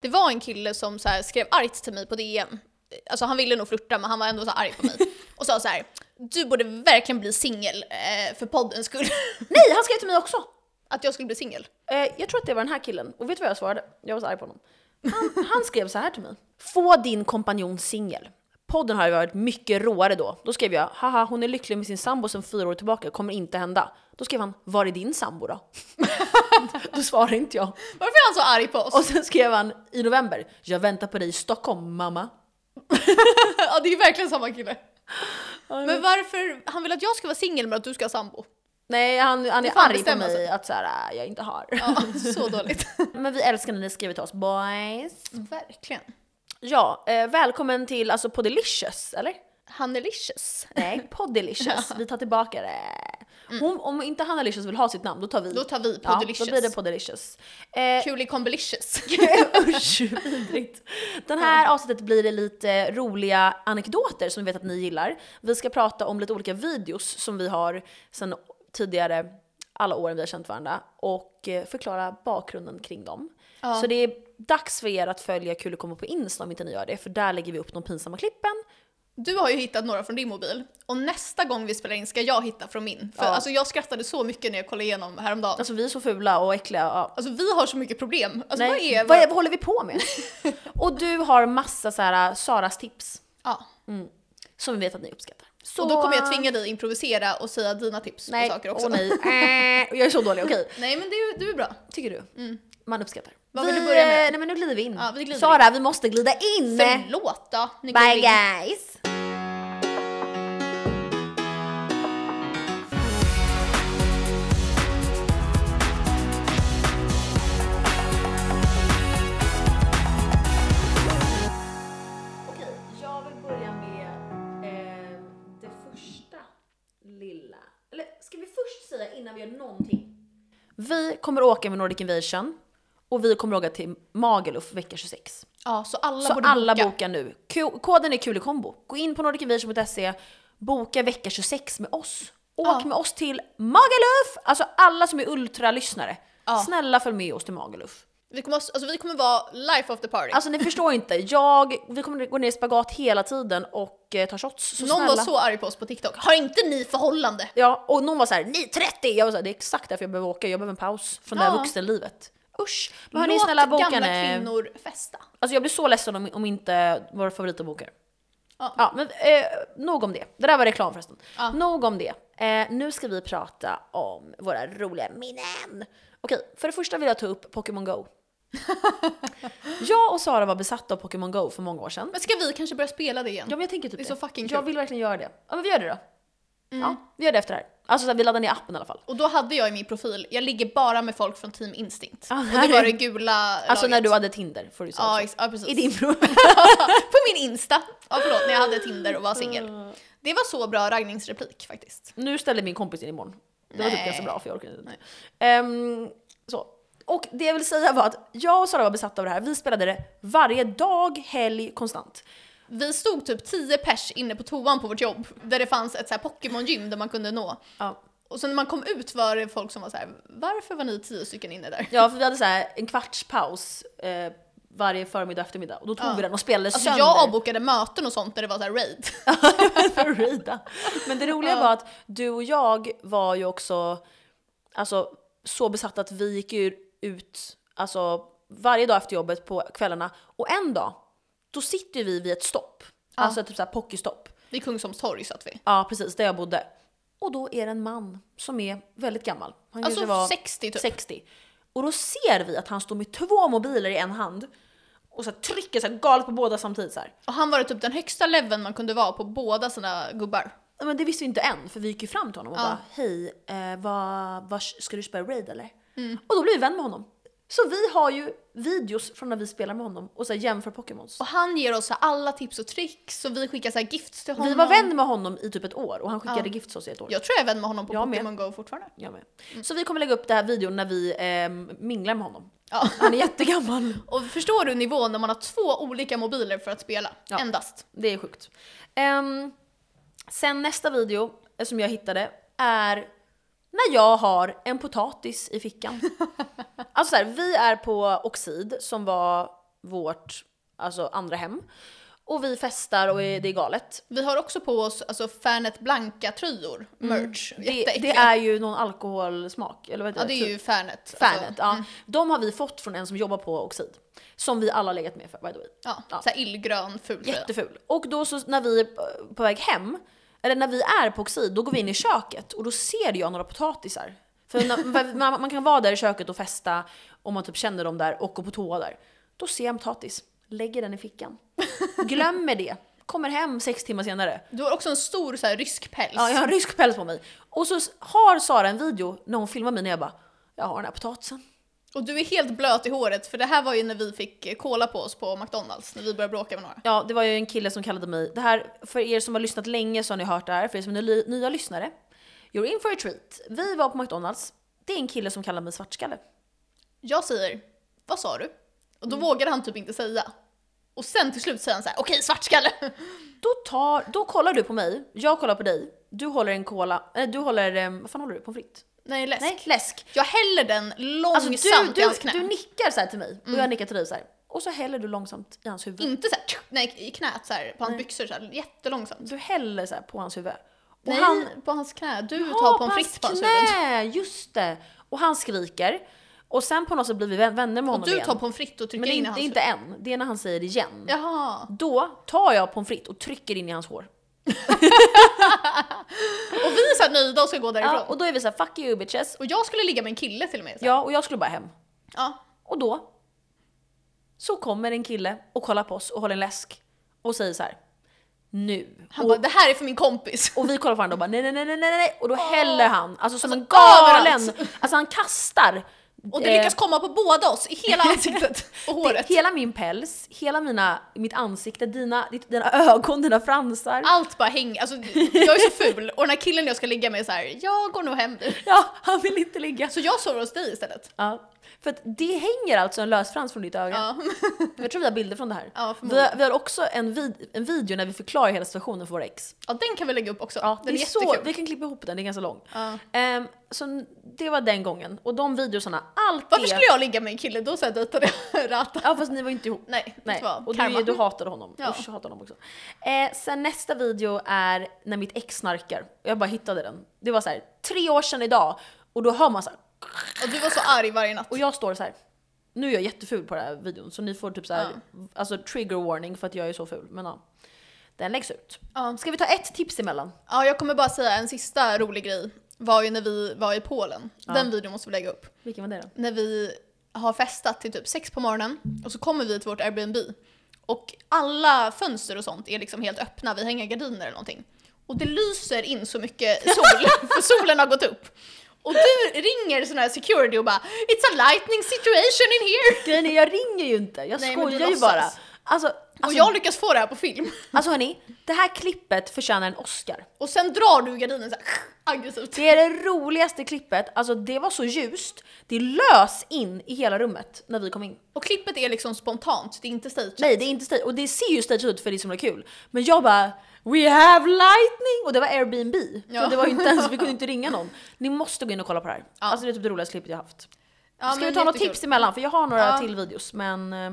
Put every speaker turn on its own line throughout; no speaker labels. Det var en kille som så här skrev argt till mig på DM. Alltså han ville nog flirta men han var ändå så här arg på mig. Och sa så här: du borde verkligen bli singel eh, för poddens skull.
Nej, han skrev till mig också!
att jag skulle bli singel.
Eh, jag tror att det var den här killen, och vet du vad jag svarade? Jag var så arg på honom. Han, han skrev så här till mig. Få din kompanjon singel. Podden har ju varit mycket råare då. Då skrev jag haha hon är lycklig med sin sambo sedan fyra år tillbaka, kommer inte hända. Då skrev han var är din sambo då? då svarade inte jag.
Varför är han så arg på oss?
Och sen skrev han i november, jag väntar på dig i Stockholm mamma.
ja det är ju verkligen samma kille. Men varför, han vill att jag ska vara singel men att du ska ha sambo.
Nej han, han är
får han
arg på
bestämma
mig
sig.
att så här, äh, jag inte har.
Ja, så dåligt.
Men vi älskar när ni skriver till oss boys.
verkligen.
Ja, eh, välkommen till alltså Poddelicious, eller?
Hannelicious.
Nej, Poddelicious. Vi tar tillbaka det. Hon, om inte Hannalicious vill ha sitt namn, då tar vi.
Mm. Då tar vi
Ja,
Poddelicious.
då blir det Poddelicious. Eh,
Kulikombilicious.
usch, vidrigt. Den här avsnittet blir det lite roliga anekdoter som vi vet att ni gillar. Vi ska prata om lite olika videos som vi har sedan tidigare, alla åren vi har känt varandra, och eh, förklara bakgrunden kring dem. Så det är dags för er att följa Kul att komma på Insta om inte ni gör det, för där lägger vi upp de pinsamma klippen.
Du har ju hittat några från din mobil och nästa gång vi spelar in ska jag hitta från min. För
Ja.
alltså, jag skrattade så mycket när jag kollade igenom häromdagen.
Alltså vi är så fula och äckliga. Ja.
Alltså vi har så mycket problem. Alltså,
Nej,
vad är...
vad, är, vad håller vi på med? och du har massa så här äh, Saras tips
Ja.
som vi vet att ni uppskattar. Så...
Och då kommer jag tvinga dig improvisera och säga dina tips
nej,
på saker också.
Åh, nej, äh, jag är så dålig, okej.
Nej, men det är, ju- du är bra.
Tycker du? Man uppskattar.
Vad vill du börja med?
eh, Nej men nu glider vi in.
Ja, vi glider
Sara, vi måste glida in!
Förlåt då. Nu går
Bye
vi-
guys! Okej, jag vill börja med eh, det första lilla. Eller ska vi först säga innan vi gör någonting? Vi kommer åka med Nordic Invasion och vi kommer åka till Magaluf vecka 26.
Ja, så alla
Så
borde
alla
boka.
bokar nu. Ko- Koden är kulikombo. Gå in på nordicinvasion.se, boka vecka 26 med oss. Åk
Ja.
med oss till Magaluf! Alltså alla som är ultralyssnare,
Ja.
snälla följ med oss till Magaluf.
Vi kommer, alltså, vi kommer vara life of the party.
Alltså ni förstår inte, jag, vi kommer gå ner i spagat hela tiden och eh, ta shots. Så
Någon
snälla.
var så arg på oss på TikTok. Har inte ni förhållande?
Ja, och någon var såhär ni är 30! Jag var såhär, det är exakt därför jag behöver åka, jag behöver en paus från det här
Ja.
vuxenlivet. Usch! Men hörni
Låt
snälla boka
gamla
nu.
kvinnor festa.
Alltså jag blir så ledsen om, om inte våra favoriter bokar.
Ja.
Ja, men eh, nog om det. Det där var reklam förresten.
Ja.
Nog om det. Eh, nu ska vi prata om våra roliga minnen. Okej, för det första vill jag ta upp Pokémon Go. jag och Sara var besatta av Pokémon Go för många år sedan.
Men ska vi kanske börja spela det igen?
Ja men jag tänker typ
Det är så fucking
Jag
kul. Mm.
vill verkligen göra det. Ja men vi gör det då. Ja, vi gör det efter det här. Alltså så här, vi laddar ner appen i alla fall.
Och då hade jag i min profil, jag ligger bara med folk från Team Instinct.
Ah,
och det var det gula
Alltså
laget.
när du hade Tinder får du säga
Ja,
också.
ex- ja precis.
I din prov.
På min Insta. Ja förlåt, när jag hade Tinder och var singel. Det var så bra raggningsreplik faktiskt.
Nu ställer min kompis in imorgon. Det var typ
Nej.
ganska bra för jag orkar inte. Ehm, så. Och det jag vill säga var att jag och Sara var besatta av det här. Vi spelade det varje dag, helg, konstant.
Vi stod typ 10 pers inne på toan på vårt jobb där det fanns ett så här Pokémon-gym där man kunde nå.
Ja.
Och sen när man kom ut var det folk som var så här: varför var ni 10 stycken inne där?
Ja, för vi hade så här en kvarts paus eh, varje förmiddag och eftermiddag. Och då tog
Ja.
vi den och spelade
Alltså
sönder.
jag avbokade möten och sånt där det var så här raid.
för att rida. Men det roliga var att du och jag var ju också alltså, så besatta att vi gick ju ut alltså, varje dag efter jobbet på kvällarna. Och en dag, då sitter vi vid ett stopp. Alltså typ såhär pockeystopp.
Vid Kungsholms torg satt vi.
Ja precis, där jag bodde. Och då är det en man som är väldigt gammal. Han
Alltså
kanske var
60 typ.
60. Och då ser vi att han står med två mobiler i en hand och så här trycker så här galet på båda samtidigt. Så här.
Och han var typ den högsta leveln man kunde vara på båda sina gubbar.
Ja, Men det visste vi inte än, för vi gick ju fram till honom och
Ja.
bara “Hej, eh, vad, vad, ska du spela raid eller?”
Mm.
Och då blev vi vän med honom. Så vi har ju videos från när vi spelar med honom och så här jämför Pokémons.
Och han ger oss så här alla tips och tricks och vi skickar så här gifts till honom.
Vi var vän med honom i typ ett år och han skickade gifts åt oss i ett år.
Jag tror jag är vän med honom på
Jag med.
Pokémon Go fortfarande.
Jag med.
Mm.
Så vi kommer lägga upp den här videon när vi ehm, minglar med honom.
Ja.
Han är jättegammal.
Och förstår du nivån när man har två olika mobiler för att spela?
Ja.
Endast.
Det är sjukt. Ehm, sen nästa video eh, som jag hittade är när jag har en potatis i fickan. alltså så här, vi är på Oxid som var vårt alltså, andra hem. Och vi festar och är- det är galet.
Vi har också på oss alltså, Fernet Blanca-tröjor, merch.
Mm, Det,
Jätteäckliga.
det är ju någon alkoholsmak, eller vad heter Typ,
ja, det är ju Fernet.
Fanet,
Alltså,
ja. De har vi fått från en som jobbar på Oxid. Som vi alla legat med för, by the way.
ja,
Ja.
Såhär illgrön, ful tröja.
Jätteful. Och då så när vi är på- på väg hem, eller när vi är på Oxid, då går vi in i köket och då ser jag några potatisar. För när, för man, man kan vara där i köket och festa om man typ känner dem där och gå på toa där. Då ser jag en potatis, lägger den i fickan. Glömmer det. Kommer hem sex timmar senare.
Du har också en stor såhär, rysk päls.
Ja, jag har en rysk päls på mig. Och så s- har Sara en video när hon filmar mig när jag bara, jag har den här potatisen.
Och du är helt blöt i håret för det här var ju när vi fick eh, cola på oss på McDonalds när vi började bråka med några.
Ja, det var ju en kille som kallade mig, det här, för er som har lyssnat länge så har ni hört det här, för er som är ny, nya lyssnare. You're in for a treat. Vi var på McDonalds, det är en kille som kallar mig svartskalle.
Jag säger “Vad sa du?” och då
Mm.
vågade han typ inte säga. Och sen till slut säger han så här: “Okej, svartskalle!”
Då, tar, då kollar du på mig, jag kollar på dig, du håller en cola, nej du håller, eh, vad fan håller du? Pommes frites?
Nej, läsk.
Nej, läsk.
Jag häller den
Alltså
långsamt
du,
i
du,
hans knä. Mm.
du nickar så här till mig och jag nickar till dig så här. Och så häller du långsamt i hans huvud.
Inte såhär tsk, nej, i knät såhär, på hans byxor såhär, jättelångsamt.
Du häller så här på hans huvud. Och
nej,
han
på hans knä. Du
Ja,
tar pommes
hans
frites på hans huvud.
knä, just det. Och han skriker. Och sen på något sätt blir vi vän- vänner med honom
Och du
igen.
tar pommes frites och trycker
Men det
in
är
i hans
inte, det är
huvud.
inte än, det är när han säger det igen.
Jaha.
Då tar jag pommes frites och trycker in i hans hår.
Och vi är såhär nöjda och ska gå därifrån.
Ja, och då är vi såhär fuck you bitches.
Och jag skulle ligga med en kille till och med. Så. här.
Ja, och jag skulle bara hem.
Ja.
Och då så kommer en kille och kollar på oss och håller en läsk och säger så här. Nu.
Han
och,
bara, det här är för min kompis.
och vi kollar på varandra och bara nej nej nej nej nej nej och då häller han alltså som en
Alltså,
galen.
överallt.
Alltså han kastar.
Och det
eh,
lyckas komma på båda oss, i hela ansiktet och
Det,
håret.
hela min päls, hela mina, mitt ansikte, dina, ditt, dina ögon, dina fransar.
Allt bara hänger, alltså jag är så ful och den här killen jag ska ligga med är så här, jag går nog hem nu.
Ja, han vill inte ligga.
Så jag sover hos dig istället.
Ja. För att det hänger alltså en lösfrans från ditt öga.
Ja.
Jag tror vi har bilder från det här.
Ja,
vi,
förmodligen.
har, vi har också en, vid, en video när vi förklarar hela situationen för våra ex.
ja, den kan vi lägga upp också.
Ja,
den
det
är,
är så,
jättekul.
vi kan klippa ihop den, den är ganska lång.
Ja.
Ehm, så n- det var den gången. Och de videosarna, allt
Varför
det...
skulle jag ligga med en kille då så jag dejtade Rata?
Ja fast ni var ju inte ihop.
Nej,
Nej.
det var
Och
karma.
du, du hatade honom.
Ja.
Usch, jag hatar honom också. Eh, sen nästa video är när mitt ex snarkar. Jag bara hittade den. Det var så här, tre år sedan idag och då hör man så här,
Och du var så arg varje natt.
och jag står så här. Nu är jag jätteful på den här videon så ni får typ så här, alltså trigger warning för att jag är så ful. Men ja. Den läggs ut.
Ja.
Ska vi ta ett tips emellan?
Ja, jag kommer bara säga en sista rolig grej. Var ju när vi var i Polen. Den videon måste vi lägga upp.
Vilken var det då?
när vi har festat till typ sex på morgonen och så kommer vi till vårt Airbnb och alla fönster och sånt är liksom helt öppna, vi hänger gardiner eller någonting. Och det lyser in så mycket sol, för solen har gått upp. Och du ringer sån här security och bara “It's a lightning situation in here!”
Grejen är, jag ringer ju inte, jag
Nej, men du
skojar ju
låtsas.
bara. Alltså,
Och
alltså,
jag lyckas få det här på film.
alltså hörni, det här klippet förtjänar en Oscar.
Och sen drar du gardinen så här, aggressivt.
Det är det roligaste klippet, alltså det var så ljust, det lös in i hela rummet när vi kom in.
Och klippet är liksom spontant, det är inte stage.
Nej det är inte stage, och det ser ju stage ut för det är så himla kul. Men jag bara “We have lightning!” och det var Airbnb.
Ja.
Så det var ju inte ens, vi kunde inte ringa någon. Ni måste gå in och kolla på det här. Alltså det är typ det roligaste klippet jag haft.
Ja,
Ska
men
vi ta något
jättekul.
tips emellan? För jag har några
Ja.
till videos men... eh,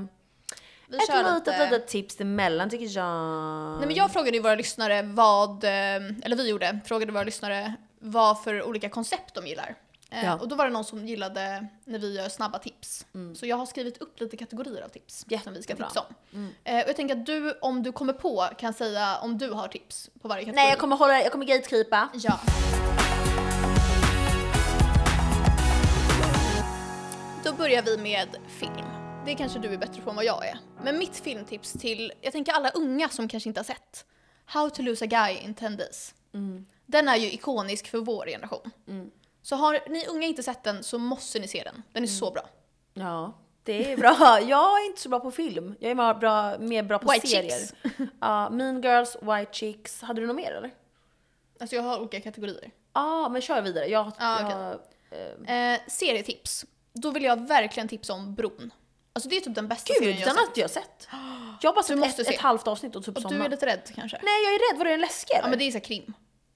Vi
Ett
kör
litet
lite-
litet tips emellan tycker jag.
Nej, men jag frågade ju våra lyssnare vad, eh, eller vi gjorde, frågade våra lyssnare vad för olika koncept de gillar. Eh,
Ja. Mm.
Och då var det någon som gillade när vi gör snabba tips. Så jag har skrivit upp lite kategorier av tips som vi ska
Jättebra. Mm.
tipsa om. Eh, och jag tänker att du, om du kommer på, kan säga om du har tips på varje kategori.
Nej jag kommer hålla, jag kommer gatekeepa.
Ja. Då börjar vi med film. Det kanske du är bättre på än vad jag är. Men mitt filmtips till, jag tänker alla unga som kanske inte har sett, How to lose a guy in 10 days. Den är ju ikonisk för vår generation. Så har ni unga inte sett den så måste ni se den. Den är så bra.
Ja, det är bra. Jag är inte så bra på film. Jag är mer bra, mer bra på
White
serier.
chicks.
Ja, mean Girls, White Chicks. Hade du något mer eller?
Alltså jag har olika kategorier.
Ja, men kör vidare. Jag,
Ja,
jag,
Eh, serietips. Då vill jag verkligen tipsa om Bron. Alltså det är typ den bästa serien
Gud,
jag har
den
sett.
har inte jag sett. Jag har bara sett
måste
ett,
se.
ett halvt avsnitt och typ
Och du är
somnat.
lite rädd kanske?
Nej, jag är rädd. Vadå, är den läskig eller?
Ja men det är så här krim.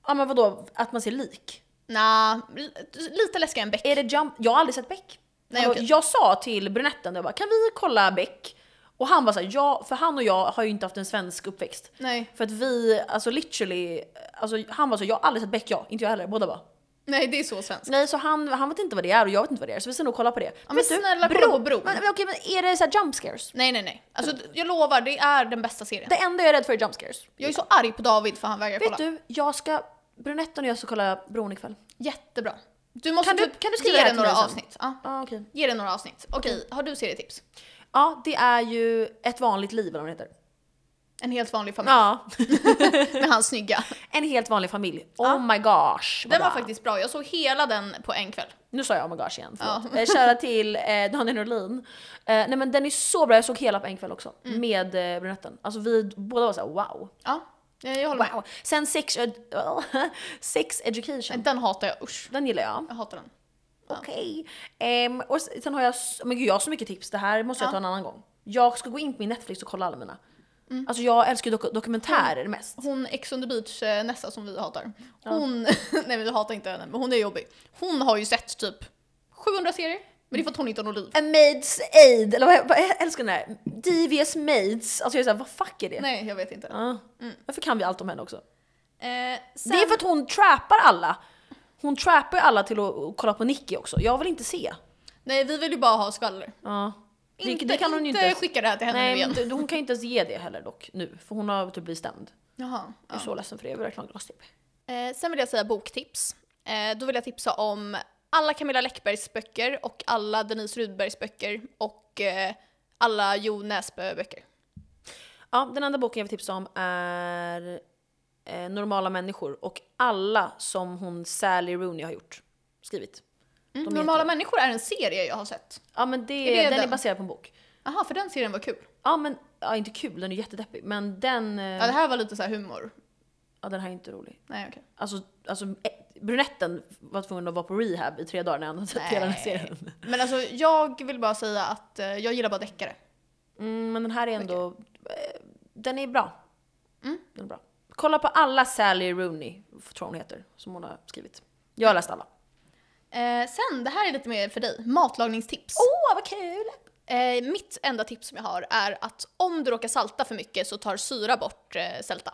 ja, men vadå? Att man ser lik?
Nja, li- lite läskigare än Beck.
Är det jump? Jag har aldrig sett Beck.
Nej,
Alltså,
okej.
Jag sa till brunetten, jag bara, kan vi kolla Beck? Och han var såhär, ja, för han och jag har ju inte haft en svensk uppväxt.
Nej,
För att vi, alltså literally, alltså han var så jag har aldrig sett Beck jag, inte jag heller, båda bara.
nej det är så svenskt.
Nej så han, han vet inte vad det är och jag vet inte vad det är så vi ska nog kolla på det.
men
Vet du,
snälla, kolla på Bron.
Men, men okej men är det såhär jump scares?
Nej nej nej. Alltså jag lovar, det är den bästa serien.
Det enda jag är rädd för är jump scares.
Jag är så arg på David för han vägrar
Vet
kolla.
du, jag ska, brunetten och jag ska kolla Bron ikväll.
Jättebra. Du måste
Kan du-
typ
kan du skriva
ge
det här
den
till
några
mig sen? Mm.
avsnitt. Ja.
Ah, okej.
Ge den några avsnitt. Okej, har du serietips?
Ja det är ju ett vanligt liv eller vad det heter.
En helt vanlig familj
Ja.
med hans snygga.
En helt vanlig familj. Oh my gosh. vad
Den var
bra.
faktiskt bra, jag såg hela den på en kväll.
Nu sa jag oh my gosh igen,
Ja.
förlåt. Eh, Kära till eh, Daniel Norlin. Eh, nej men den är så bra, jag såg hela på en kväll också.
Mm.
Med eh, brunetten. Alltså vi båda var såhär wow.
Ja, eh, jag håller
Wow. Sen sex, ed- sex education.
med. Den hatar jag, usch.
Den gillar jag.
Jag hatar den.
Okej. Ehm, och s- sen har jag, s- men gud jag har så mycket tips, det här måste jag
Ja.
ta en annan gång. Jag ska gå in på min Netflix och kolla alla mina.
Mm.
Alltså jag älskar ju dok- dokumentärer mest.
Hon Ex on the beach eh, nästa som vi hatar. Hon, nej men vi hatar inte henne men hon är jobbig. Hon har ju sett typ 700 serier. Men det är för att hon inte har något liv.
A Maid's Aid, eller vad, vad jag älskar den här. Devious Maids. Alltså jag är såhär, vad fuck är det?
Nej jag vet inte.
Ja. Varför kan vi allt om henne också?
Eh, sen,
Det är för att hon trappar alla. Hon trappar ju alla till att att kolla på Nicky också. Jag vill inte se.
Nej vi vill ju bara ha skvaller.
Ja. Det,
Inte,
det kan hon ju
inte
inte. ens-
skicka det här till henne nu
Nej,
igen.
men inte, hon kan ju inte ens ge det heller dock nu. För hon har typ blivit stämd.
Jaha.
Jag är så ledsen för det. Jag vill verkligen ha glastipp.
Eh, sen vill jag säga boktips. Eh, då vill jag tipsa om alla Camilla Läckbergs böcker och alla Denise Rudbergs böcker och eh, alla Jo Näsbø böcker.
Ja, den andra boken jag vill tipsa om är eh, Normala människor och alla som hon Sally Rooney har gjort. Skrivit. Mm. De heter-
Normala människor är en serie jag har sett.
Ja men det,
Är det
den,
den?
är baserad på en bok.
Jaha, för den serien var kul.
Ja men, ja, inte kul, den är jättedeppig. Men den, eh,
Ja, det här var lite så här humor.
ja, den här är inte rolig.
Nej, okej.
Alltså, alltså eh, brunetten var tvungen att vara på rehab i tre dagar när han hade sett hela den här
Nej.
serien.
Men alltså, jag vill bara säga att eh, jag gillar bara deckare.
Mm, men den här är ändå... eh, Den är bra.
Mm.
Den är bra. Kolla på alla Sally Rooney, tror hon heter, som hon har skrivit. Jag har läst alla.
Eh, sen, det här är lite mer för dig. Matlagningstips.
Åh, vad kul!
Eh, mitt enda tips som jag har är att om du råkar salta för mycket så tar syra bort eh, sälta.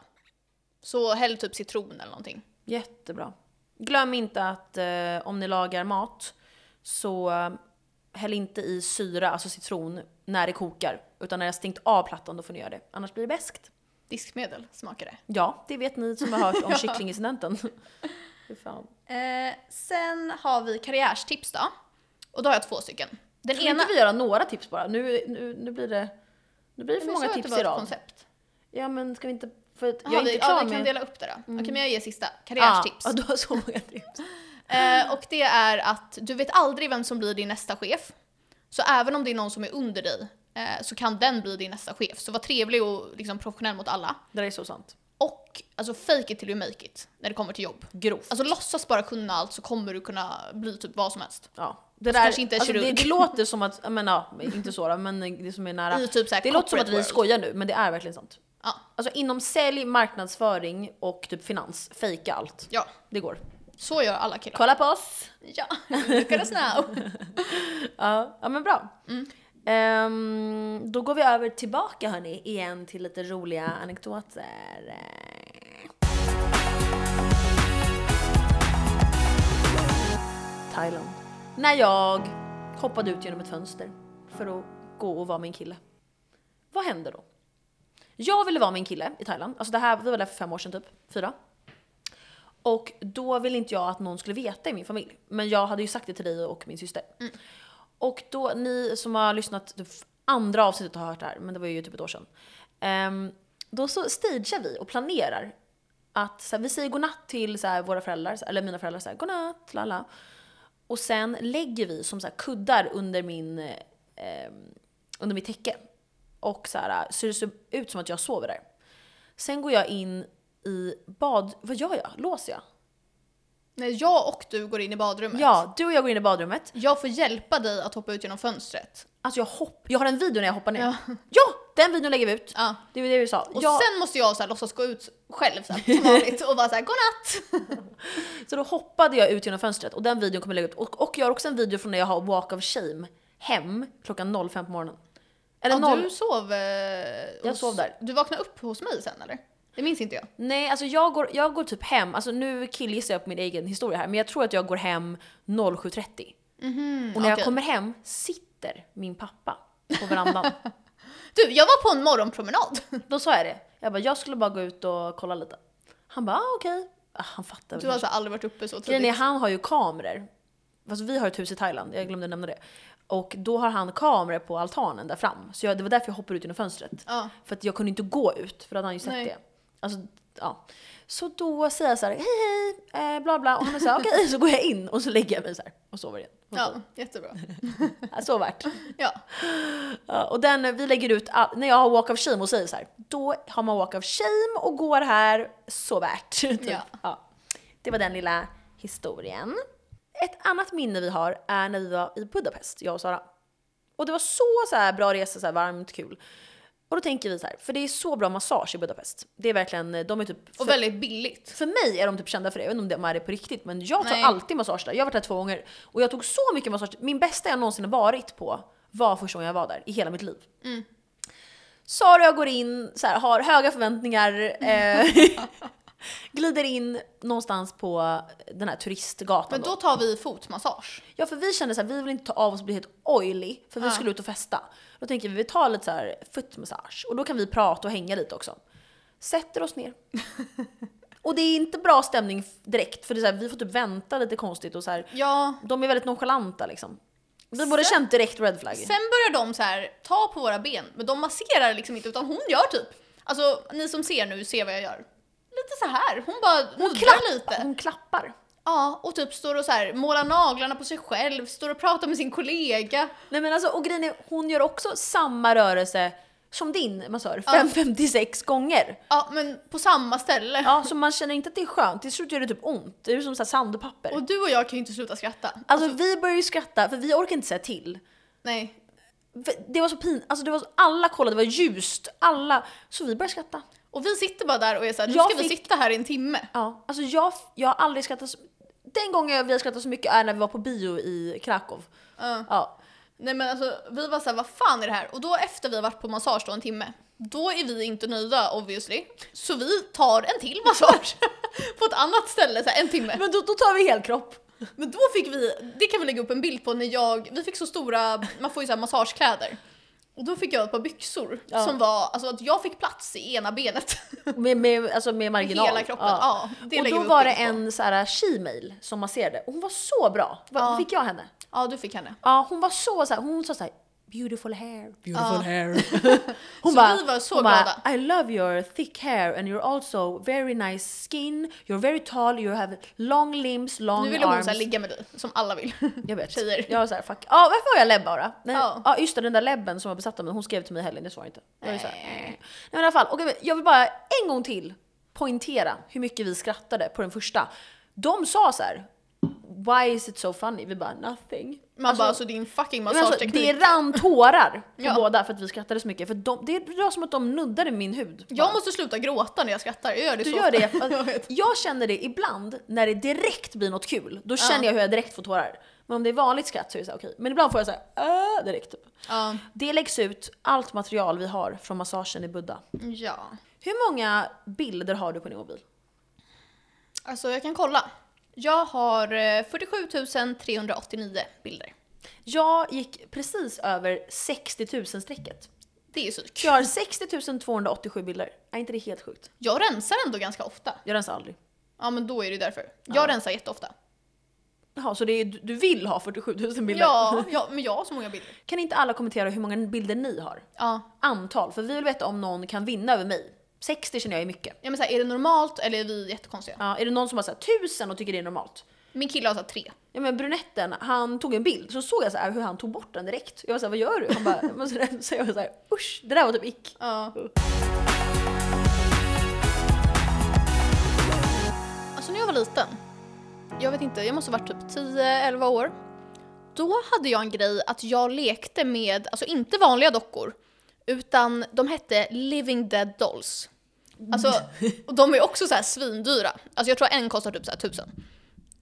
Så häll typ citron eller någonting.
Jättebra. Glöm inte att eh, om ni lagar mat så eh, häll inte i syra, alltså citron, när det kokar. Utan när det har stängt av plattan då får ni göra det. Annars blir det beskt.
Diskmedel smakar det.
Ja, det vet ni som har hört om kycklingincidenten. Fy fan.
Eh, sen har vi karriärstips då. Och då har jag två stycken. Den
Kan
ena...
inte vi göra några tips bara? Nu, nu, nu blir det, nu blir det för
Men vi sa
många
att
tips
det var
i
ett
rad.
koncept.
Ja men ska vi inte, för att jag
Jaha,
är
vi,
inte
ja,
klar
vi kan
med...
dela upp det då. Okej, men jag ger sista.
ah,
Karriärstips.
Mm. ja, du har så många tips.
Eh, och det är att du vet aldrig vem som blir din nästa chef. Så även om det är någon som är under dig eh, så kan den bli din nästa chef. Så var trevlig och liksom, professionell mot alla.
Det där är så sant.
Och alltså fake it till you make it när det kommer till jobb.
Grovt.
Alltså låtsas bara kunna allt så kommer du kunna bli typ vad som helst.
ja. Det,
Fast kanske inte är
alltså, det,
kirurg.
det låter som att, ja, men ja, inte så då, men det som är nära.
I typ så här
Det låter som att
corporate
vi
world.
skojar nu, men det är verkligen sant.
Ja.
Alltså inom sälj, marknadsföring och typ finans, fejka allt.
ja,
Det går.
så gör alla killar.
Kolla på oss!
Ja, look at us now.
Ja, ja men bra. Ehm, då går vi över tillbaka hörni, igen till lite roliga anekdoter. Eh. Thailand. När jag hoppade ut genom ett fönster för att gå och vara min kille. Vad hände då? Jag ville vara min kille i Thailand. Alltså det här, vi var där för fem år sedan typ, fyra. Och då ville inte jag att någon skulle veta i min familj. Men jag hade ju sagt det till dig och min syster. Och då, ni som har lyssnat, typ andra avsnittet har hört det här, men det var ju typ ett år sedan. Ehm, då så stagear vi och planerar att så här, vi säger godnatt till så här, våra föräldrar, så- eller mina föräldrar så här, godnatt, lala. Och sen lägger vi som så här, kuddar under min, eh, ehm, under mitt täcke. Och så här, så det ser ut som att jag sover där. Sen går jag in i bad... Vad gör jag? Låser jag?
När jag och du går in i badrummet.
Ja, du och jag går in i badrummet.
Jag får hjälpa dig att hoppa ut genom fönstret.
Alltså jag hopp... Jag har en video när jag hoppar ner.
Ja.
Ja, den videon lägger vi ut.
Ja.
Det var det vi sa.
Och
Jag,
sen måste jag så här, låtsas gå ut själv så här, som vanligt och bara såhär godnatt.
Så då hoppade jag ut genom fönstret och den videon kommer jag lägga ut. Och, och jag har också en video från när jag har walk of shame hem klockan 05 på morgonen. Eller
ja,
noll.
du sov... Eh,
Jag
hos-
sov där.
Du vaknade upp hos mig sen eller? Det minns inte jag.
Nej, alltså jag går, jag går typ hem, alltså nu killgissar jag på min egen historia här, men jag tror att jag går hem 07.30.
Mm,
Och när jag
okej.
kommer hem sitter min pappa på verandan.
Du, jag var på en morgonpromenad.
Då sa jag det. Jag bara, jag skulle bara gå ut och kolla lite. Han bara, ah, okej. Ah, Han fattar
Du har
väl.
alltså aldrig varit uppe så
Grejen
tidigt.
är, han har ju kameror. Fast vi har ett hus i Thailand, jag glömde nämna det. Och då har han kameror på altanen där fram. Så jag, det var därför jag hoppade ut genom fönstret.
Ja.
För att jag kunde inte gå ut, för då hade han ju sett
Nej.
det. Alltså, ja. Så då säger jag så här, hej hej, eh, bla bla. Och han säger okej, så går jag in och så lägger jag mig så här och sover igen.
ja, jättebra.
Ja, Så vart det.
Ja.
Ja, och den, vi lägger ut, all, när jag har walk of shame och säger så här, då har man walk of shame och går här, så värt. Typ.
Ja.
Ja. Det var den lilla historien. Ett annat minne vi har är när vi var i Budapest, jag och Sara. Och det var så, så här, bra resa, så här, varmt, kul. Och då tänker vi så här, för det är så bra massage i Budapest. Det är verkligen, de är typ...
Och väldigt billigt.
För mig är de typ kända för det, jag vet inte om de är det på riktigt men jag tar
Nej.
alltid massage där. Jag har varit där två gånger och jag tog så mycket massage. Min bästa jag någonsin har varit på var första gången jag var där i hela mitt liv.
Mm.
Sara och jag går in, så här, har höga förväntningar, eh, glider in någonstans på den här turistgatan.
Men
då.
då tar vi fotmassage.
Ja för vi kände så här, vi vill inte ta av oss och bli helt oily för vi
Ja.
skulle ut och festa. Då tänker vi vi tar lite så här foot massage och då kan vi prata och hänga lite också. Sätter oss ner. och det är inte bra stämning f- direkt för det är så här, vi får typ vänta lite konstigt och så här.
Ja.
De är väldigt nonchalanta liksom. Vi borde känt direkt red flag.
Sen börjar de så här ta på våra ben, men de masserar liksom inte utan hon gör typ. Alltså ni som ser nu ser vad jag gör. Lite så här. hon bara nuddar lite.
Hon klappar.
Ja, och typ står och så här målar naglarna på sig själv, står och pratar med sin kollega.
Nej men alltså och grejen är, hon gör också samma rörelse som din massör, Ja. 556 gånger.
Ja, men på samma ställe.
Ja, så man känner inte att det är skönt, till slut gör det typ ont. Det är som så här sandpapper.
Och du och jag kan ju inte sluta skratta.
Alltså vi började ju skratta för vi orkade inte säga till.
Nej.
För Det var så pinsamt, alltså det var så, alla kollade, det var ljust, alla. Så vi började skratta.
Och vi sitter bara där och är såhär, nu
Jag
ska vi
fick-
sitta här i en timme.
Ja. Alltså jag, jag har aldrig skrattat så, Den gången vi har skrattat så mycket är när vi var på bio i Krakow.
Ja.
Ja.
Nej men alltså vi var såhär, vad fan är det här? Och då efter vi har varit på massage då en timme, då är vi inte nöjda obviously. Så vi tar en till massage på ett annat ställe så här, en timme.
Men då, då tar vi helkropp.
Men då fick vi, det kan vi lägga upp en bild på när jag, vi fick så stora, man får ju så här massagekläder. Och då fick jag ett par byxor
Ja.
som var, alltså att jag fick plats i ena benet.
Med, med, alltså med
I
marginal.
hela kroppen. Ja. det
och
lägger
då
vi upp
var det
bild på.
en så här tjejmail som masserade. Hon var så bra. Vad
Ja.
fick jag henne?
Ja du fick henne.
Ja, hon var så, så här, hon sa så här beautiful hair.
Beautiful Ja.
hair. hon
Så
bara,
vi var så
hon bara,
glada.
I love your thick hair and you're also very nice skin. You're very tall, you have long limbs, long
Nu ville hon
arms.
så här ligga med dig, som alla vill.
jag vet.
tjejer.
Jag var så här, fuck. Ja, varför har jag läbb bara? Nej.
Ja.
Ja. just det, den där läbben som var besatt av mig, hon skrev till mig i helgen, det svarade inte. Jag var så här, "Eh."
Nej.
Nej, men i alla fall, och jag vill bara en gång till poängtera hur mycket vi skrattade på den första. De sa så här, why is it so funny? Vi bara, nothing.
Man bara alltså din fucking
Men alltså,
massageteknik.
det rann tårar på
Ja.
båda för att vi skrattade så mycket. För de, det var som att de nuddade min hud.
Jag måste sluta gråta när jag skrattar, jag gör det
du
så
gör det.
ofta. jag vet.
Jag känner det ibland när det direkt blir något kul. Då känner jag hur jag direkt får tårar. Men om det är vanligt skratt så är det så här, okej. Men ibland får jag såhär äh, direkt. Typ.
Ja.
Det läggs ut allt material vi har från massagen i Buddha.
Mm, ja.
Hur många bilder har du på din mobil?
Alltså jag kan kolla. Jag har eh, 47 389 bilder.
Jag gick precis över 60 000-strecket.
Det är ju psyk.
Jag har 60 287 bilder. Är inte det helt sjukt?
Jag rensar ändå ganska ofta.
Jag rensar aldrig.
Ja men då är det ju därför. Jag rensar jätteofta.
Jaha, så det är, du- du vill ha 47 000 bilder?
Ja, ja, men jag har så många bilder.
Kan inte alla kommentera hur många bilder ni har?
Ja.
Antal, för vi vill veta om någon kan vinna över mig. 60 känner jag är mycket.
ja men så här, är det normalt eller är vi jättekonstiga?
Ja, är det någon som har så här, 1000 och tycker det är normalt?
Min kille har så här, tre.
Ja men brunetten, han tog en bild, så såg jag så här hur han tog bort den direkt. Jag var såhär, vad gör du? Han bara, jag måste rensa. Jag var såhär, usch, det där var typ ick.
Ja. Alltså när jag var liten, jag vet inte, jag måste ha varit typ 10-11 år. Då hade jag en grej att jag lekte med, alltså inte vanliga dockor, utan de hette Living Dead Dolls. Alltså, och de är också så här svindyra. Alltså jag tror en kostar typ så här 1000.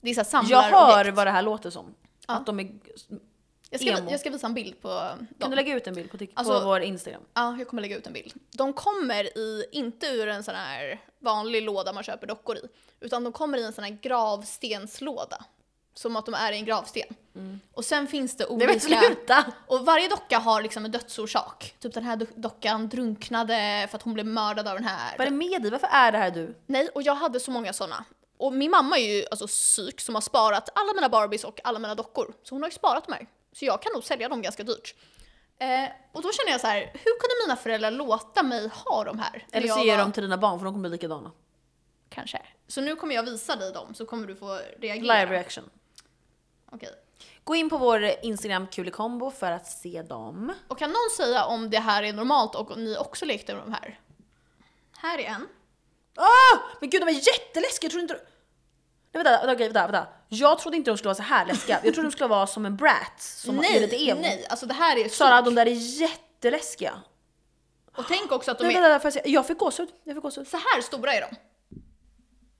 Det är så här
Jag
samlarobjekt.
hör vad det här låter som. Att de är
Jag ska,
Emo.
jag ska visa en bild på dem.
Kan du lägga ut en bild på, Tik-
Alltså-
på vår Instagram?
Ja, jag kommer lägga ut en bild. De kommer i, inte ur en sån här vanlig låda man köper dockor i, utan de kommer i en sån här gravstenslåda. Som att de är i en gravsten. Och sen finns det
Nej men
olika...
sluta!
och varje docka har liksom en dödsorsak. Typ den här do- dockan drunknade för att hon blev mördad av den här.
Vad är det med dig? Varför är det här du?
Nej, och jag hade så många såna. Och min mamma är ju alltså psyk som har sparat alla mina Barbies och alla mina dockor. Så hon har ju sparat mig. Så jag kan nog sälja dem ganska dyrt. Eh, och då känner jag så här, hur kunde mina föräldrar låta mig ha de här? när
Eller så
jag
ger
var-
de till dina barn för de kommer bli likadana.
Kanske. Så nu kommer jag visa dig dem så kommer du få reagera.
Live reaction.
Okej.
Gå in på vår Instagram kulikombo för att se dem.
Och kan någon säga om det här är normalt och om ni också lekte med de här? Här är en.
Ah! Men gud de är jätteläskiga, jag trodde inte de- Nej vänta, vänta, okej, vänta, vänta. Jag trodde inte de skulle vara så här läskiga. Jag trodde de skulle vara som en brat som är lite
nej,
emo.
nej, alltså det här är
Sara,
så.
de där är jätteläskiga.
Och tänk också att de
Nej,
är,
vänta, vänta, får jag, se? jag fick gåshud. Jag fick gåshud.
så här stora är de.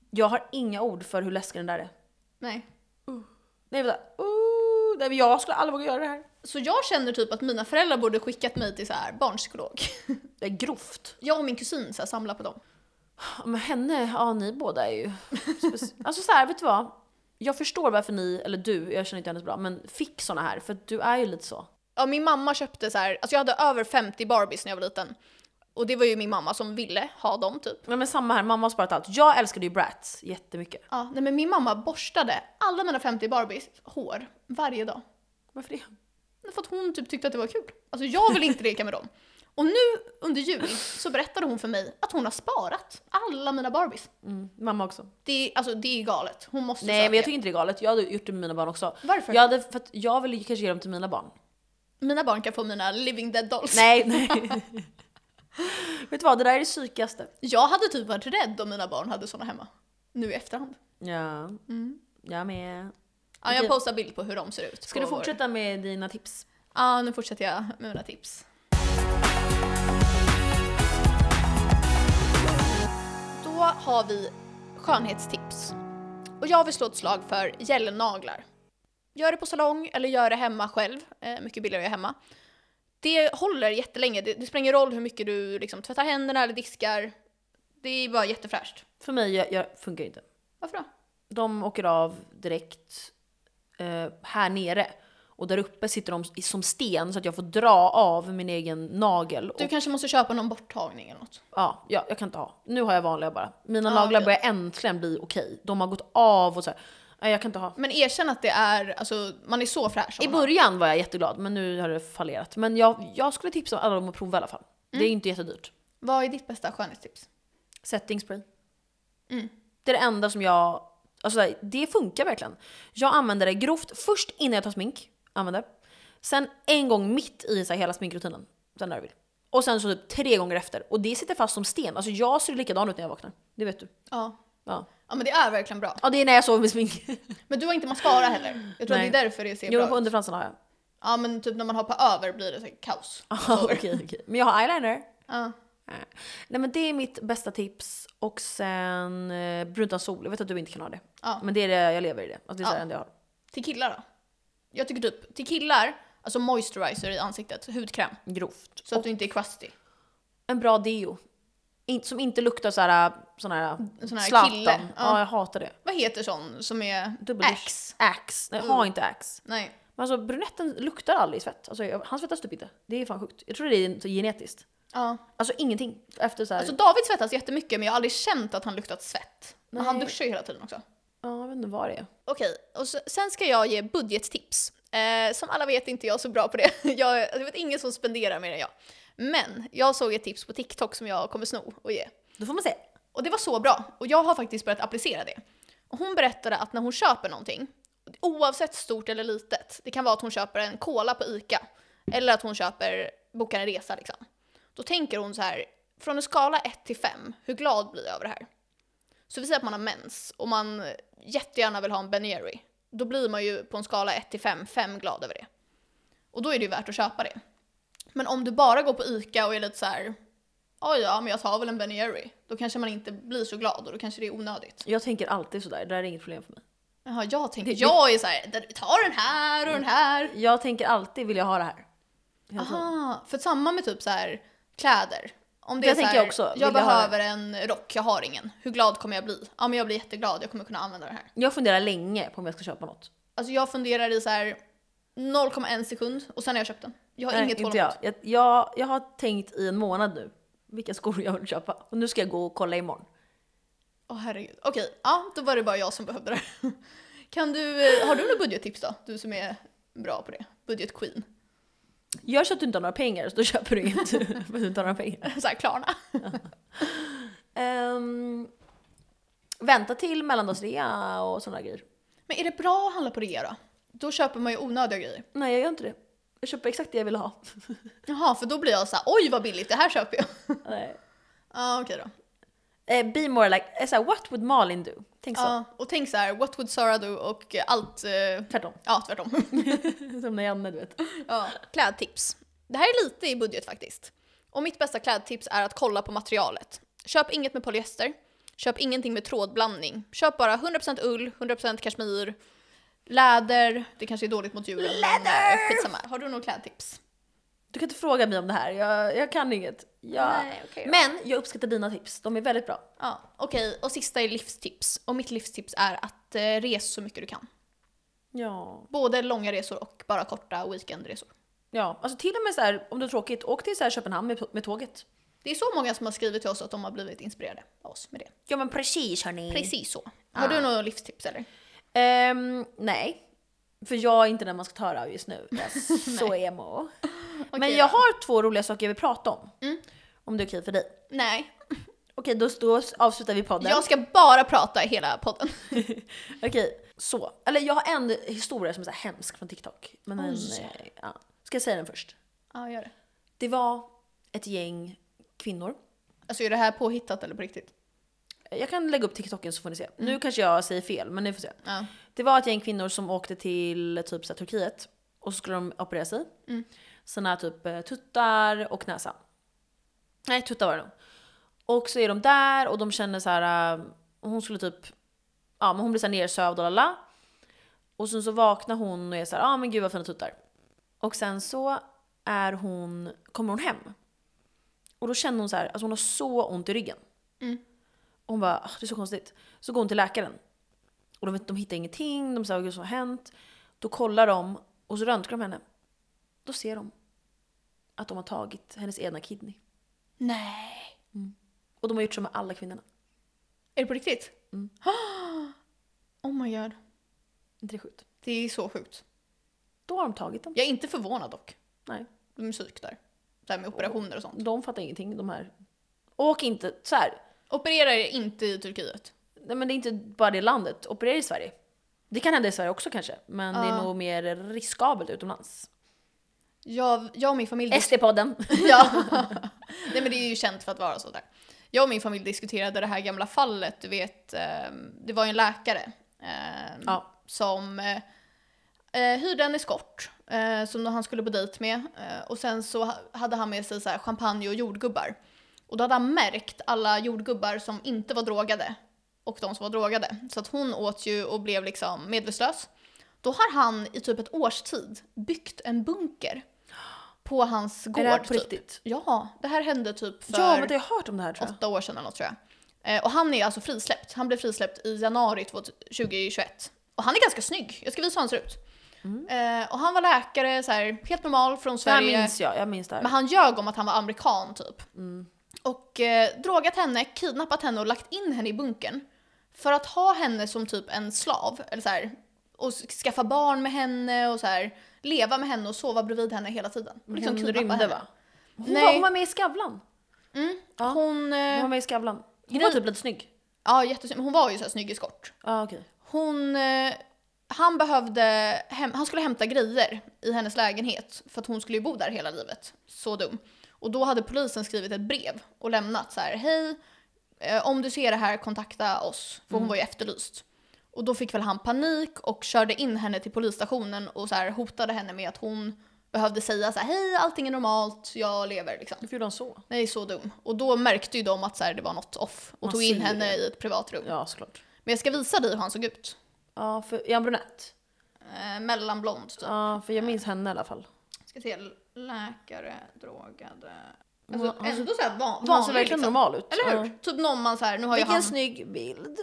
Jag har inga ord för hur läskig den där är.
Nej.
Nej vänta. Oh, nej, men jag skulle aldrig våga göra det här.
Så jag känner typ att mina föräldrar borde skickat mig till så här barnpsykolog.
Det är grovt.
Jag och min kusin så här, samlar på dem.
Ja, Men henne, ja ni båda är ju... speci- alltså så här, vet du vad? Jag förstår varför ni, eller du, jag känner inte henne så bra, men fick såna här. För att du är ju lite så.
Ja, min mamma köpte så här, alltså jag hade över 50 Barbies när jag var liten. Och det var ju min mamma som ville ha dem typ.
Ja, men samma här, mamma har sparat allt. Jag älskade ju Bratz jättemycket.
Ja, nej men min mamma borstade alla mina 50 Barbies hår varje dag.
Varför det?
För att hon typ tyckte att det var kul. Alltså jag vill inte leka med dem. Och nu under jul så berättade hon för mig att hon har sparat alla mina Barbies.
Mm, mamma också.
Det är, alltså, det är galet. Hon måste
Nej men
söka.
jag tycker inte det är galet, jag hade gjort det med mina barn också.
Varför?
Jag, hade, för att jag ville ju kanske ge dem till mina barn.
Mina barn kan få mina Living Dead Dolls.
Nej, nej. Vet du vad, det där är det psykigaste.
Jag hade typ varit rädd om mina barn hade såna hemma. Nu i efterhand.
Ja, jag med.
Ja, jag
Okej.
postar bild på hur de ser ut.
Mm. Ska
på
du fortsätta med dina tips?
Vår... Ja, nu fortsätter jag med mina tips. Då har vi skönhetstips. Och jag vill slå ett slag för gelnaglar. Gör det på salong eller gör det hemma själv. Eh, mycket billigare att göra hemma. Det håller jättelänge. Det, det spelar ingen roll hur mycket du liksom, tvättar händerna eller diskar. Det är bara jättefräscht.
För mig jag, jag funkar inte.
Varför då?
De åker av direkt eh, här nere. Och där uppe sitter de i- som sten så att jag får dra av min egen nagel.
Du
och,
kanske måste köpa någon borttagning eller något.
ja, ja, jag kan inte ha. Nu har jag vanliga bara. Mina
Ja,
naglar
det-
börjar äntligen bli okej. De har gått av och så här. Nej, jag kan inte ha.
Men erkänn att det är, alltså man är så fräsch. om
I
man har-
början var jag jätteglad men nu har det fallerat. Men jag, jag skulle tipsa alla om att prova i alla fall. Det är inte jättedyrt.
Vad är ditt bästa skönhetstips?
Setting spray.
Mm.
Det är det enda som jag... Alltså så här, det funkar verkligen. Jag använder det grovt först innan jag tar smink. Använder. Sen en gång mitt i så här, hela sminkrutinen. Sen när du vill. Och sen så typ tre gånger efter. Och det sitter fast som sten. Alltså jag ser likadan ut när jag vaknar. Det vet du.
Ja.
Ja,
ja men det är verkligen bra.
ja det är när jag sover med smink.
Men du har inte mascara heller. Jag tror
Nej.
att det är därför det ser
Jo, på
bra ut.
underfransen har jag.
Ja men typ när man har på över blir det så här kaos.
Ah, okej, okej. Men jag har eyeliner.
Ja.
Nej. Nej men det är mitt bästa tips. Och sen eh, brunt utan sol. Jag vet att du inte kan ha det.
Ja.
Men det är det, jag lever i det. Alltså, det är så
Ja.
här det enda jag har.
Till killar då? Jag tycker typ, till killar, alltså moisturizer i ansiktet, hudkräm.
Grovt.
Så att du inte är crusty.
en bra deo. In, som inte luktar så här, sån här,
sån här
Zlatan.
kille.
Ja.
Ja.
jag hatar det.
Vad heter sån som är Axe?
Axe. Axe. Nej,
Mm.
ha inte axe.
Nej.
Men alltså brunetten luktar aldrig svett. Alltså, jag, han svettas typ inte. Det är fan sjukt. Jag tror det är så genetiskt.
Ja.
Alltså ingenting. Efter så här,
Alltså David svettas jättemycket men jag har aldrig känt att han luktat svett. Men han
Nej.
duschar ju hela tiden också.
ja, jag vet inte vad det är.
Okej, och så, sen ska jag ge budgettips. Eh, som alla vet inte jag så bra på det. Jag, jag vet ingen som spenderar mer än jag. Men jag såg ett tips på TikTok som jag kommer sno och ge.
Då får man se.
Och det var så bra. Och jag har faktiskt börjat applicera det. Och hon berättade att när hon köper någonting, oavsett stort eller litet, det kan vara att hon köper en cola på ICA, eller att hon köper, bokar en resa liksom. Då tänker hon så här, från en skala 1 till 5, hur glad blir jag över det här? Så vi säger att man har mens och man jättegärna vill ha en Ben Jerry. Då blir man ju på en skala 1 till 5, 5 glad över det. Och då är det ju värt att köpa det. Men om du bara går på ICA och är lite så här, oj ja, men jag tar väl en Ben Jerry. Då kanske man inte blir så glad och då kanske det är onödigt.
Jag tänker alltid sådär. Det där är inget problem för mig.
Jaha, jag tänker,
Det- det-
jag är såhär, ta den här och den här.
Jag tänker alltid, vill jag ha det här? Hela tiden.
Aha, för samma med typ så här kläder. Om det
Det
är så
tänker
här,
jag också. Vill jag
Jag
ha
behöver en rock, jag har ingen. Hur glad kommer jag bli? Ja men jag blir jätteglad, jag kommer kunna använda det här.
Jag funderar länge på om jag ska köpa något.
Alltså jag funderar i så här 0,1 sekund och sen har jag köpt den. Jag har
Nej,
inget
inte jag.
tålamod.
Jag, jag. jag har tänkt i en månad nu vilka skor jag vill köpa. Och nu ska jag gå och kolla imorgon.
Åh herregud. Okej, ja då var det bara jag som behövde det. Kan du, eh, har du några budgettips då? Du som är bra på det. Budget queen.
Jag köpte inte har några pengar så då köper du inget. för du inte har några pengar.
Så här, Klarna.
Ehm, vänta till mellandagsrea och sådana grejer.
Men är det bra att handla på rea då? Då köper man ju onödiga grejer.
Nej jag gör inte det. Jag köper exakt det jag vill ha.
Jaha, för då blir jag så här, oj vad billigt, det här köper jag. Ja
Nej.
okej då.
Eh, be more like, eh, såhär, what would Malin do? Tänk så.
Ja, och tänk så här, what would Sarah do och eh, allt, eh,
Tvärtom.
ja tvärtom.
Som när Janne du vet.
ja. Klädtips. Det här är lite i budget faktiskt. Och mitt bästa klädtips är att kolla på materialet. Köp inget med polyester. Köp ingenting med trådblandning. Köp bara 100% ull, 100% kashmir, läder. Det kanske är dåligt mot djuren. Läder! Men, eh, skitsamma. Har du några klädtips?
Du kan inte fråga mig om det här, jag, jag kan inget. Jag...
Nej, okej då.
Men jag uppskattar dina tips, de är väldigt bra.
Ja, okej. Och sista är livstips. Och mitt livstips är att eh, res så mycket du kan.
Ja.
Både långa resor och bara korta weekendresor.
Ja, alltså till och med så här, om det är tråkigt, åk till så här Köpenhamn med, med tåget.
Det är så många som har skrivit till oss att de har blivit inspirerade av oss med det.
Ja men precis hörni.
Precis så. Har du några livstips eller?
Ehm, nej. För jag är inte den man ska ta höra av just nu. Jag är så emo. men
Okej
jag
då. Mm.
har två roliga saker jag vill prata om. Om det är okej för dig.
Nej.
Okej, då, då avslutar vi podden.
Jag ska bara prata i hela podden.
Okej, så. Eller jag har en historia som är så här hemsk från TikTok. Men den,
Oj.
eh, ja. Ska jag säga den först?
Ja, gör det.
Det var ett gäng kvinnor.
Alltså är det här påhittat eller på riktigt?
Jag kan lägga upp TikToken så får ni se.
Mm.
Nu kanske jag säger fel, men ni får se.
Ja.
Det var ett gäng kvinnor som åkte till typ så här, Turkiet och så skulle de operera sig. Sina typ eh, tuttar och näsa. Nej, tuttar var det nog. Och så är de där och de känner så här. eh, hon skulle typ, ja men hon blir så här nersövd och lala. Och sen så vaknar hon och är så här, ja ah, men gud vad fina tuttar. Och sen så är hon, kommer hon hem. Och då känner hon så här, alltså hon har så ont i ryggen. Och hon bara, "Ah, det är så konstigt. Så går hon till läkaren. Och de, vet- de hittar ingenting, de säger vad som har hänt. Då kollar de och så röntgar de henne. Då ser de att de har tagit hennes ena kidney.
Nej.
Och de har gjort så med alla kvinnorna.
Är det på riktigt? Oh my god.
Inte det sjukt?
Det är så sjukt.
Då har de tagit dem.
Jag är inte förvånad dock.
Nej.
De är psyk där. Det här med operationer och sånt.
De fattar ingenting de här. Åk inte, så här.
Opererar er inte i Turkiet.
Nej men det är inte bara det landet. Operera i Sverige. Det kan hända i Sverige också kanske. Men det är nog mer riskabelt utomlands.
Jag, jag och min familj...
SD-podden.
Ja. Nej men det är ju känt för att vara så där. Jag och min familj diskuterade det här gamla fallet, du vet, ehm, det var ju en läkare ehm,
Ja.
som eh, eh, hyrde en eskort eh, som han skulle på dejt med eh, och sen så ha- hade han med sig så här champagne och jordgubbar. Och då hade han märkt alla jordgubbar som inte var drogade och de som var drogade. Så att hon åt ju och blev liksom medvetslös. Då har han i typ ett års tid byggt en bunker på hans gård.
Är det här på
typ.
riktigt?
Ja, det här hände typ för
Ja men det har jag hört om det här tror jag.
åtta år sedan eller något tror jag. Eh, och han är alltså frisläppt. Han blev frisläppt i januari 2021. Och han är ganska snygg. Jag ska visa hur han ser ut.
Mm.
Eh, och han var läkare, så här, helt normal från
Det här
Sverige.
minns jag, jag minns det här. Mm.
Men han ljög om att han var amerikan typ. Och eh, drogat henne, kidnappat henne och lagt in henne i bunkern. För att ha henne som typ en slav, eller så här, och s- skaffa barn med henne och så här, leva med henne och sova bredvid henne hela tiden. Och liksom
hon
kidnappa
rymde
henne.
va? Hon,
Nej.
Var, hon var med i Skavlan. Ja.
Hon,
Hon
eh,
var med i Skavlan. Hon
Gry-
var typ lite snygg.
ja jättesnygg, men hon var ju så här snygg i skort.
Ja ah, okej.
Hon, eh, han behövde, hem, han skulle hämta grejer i hennes lägenhet för att hon skulle ju bo där hela livet. Så dum. Och då hade polisen skrivit ett brev och lämnat så här, hej, eh, om du ser det här kontakta oss, för hon var ju efterlyst. Och då fick väl han panik och körde in henne till polisstationen och så här hotade henne med att hon behövde säga så här, hej allting är normalt, jag lever liksom.
Varför gjorde hon så?
Nej, så dum. Och då märkte ju de att så här, det var något off och
Man
tog in
ser
henne
det.
i ett privat rum.
Ja såklart.
Men jag ska visa dig hur han såg ut.
Ja, för, är han brunett?
Eh, mellanblond typ.
Ja, för jag minns henne i alla fall.
Ska se, läkare, drogade.
Hon-
Alltså
hon ser-
ändå såhär van,
Han ser
vanlig
verkligen
liksom.
normal ut.
Eller hur?
Ja.
Typ någon man såhär, nu har ju
Vilken
han...
snygg bild.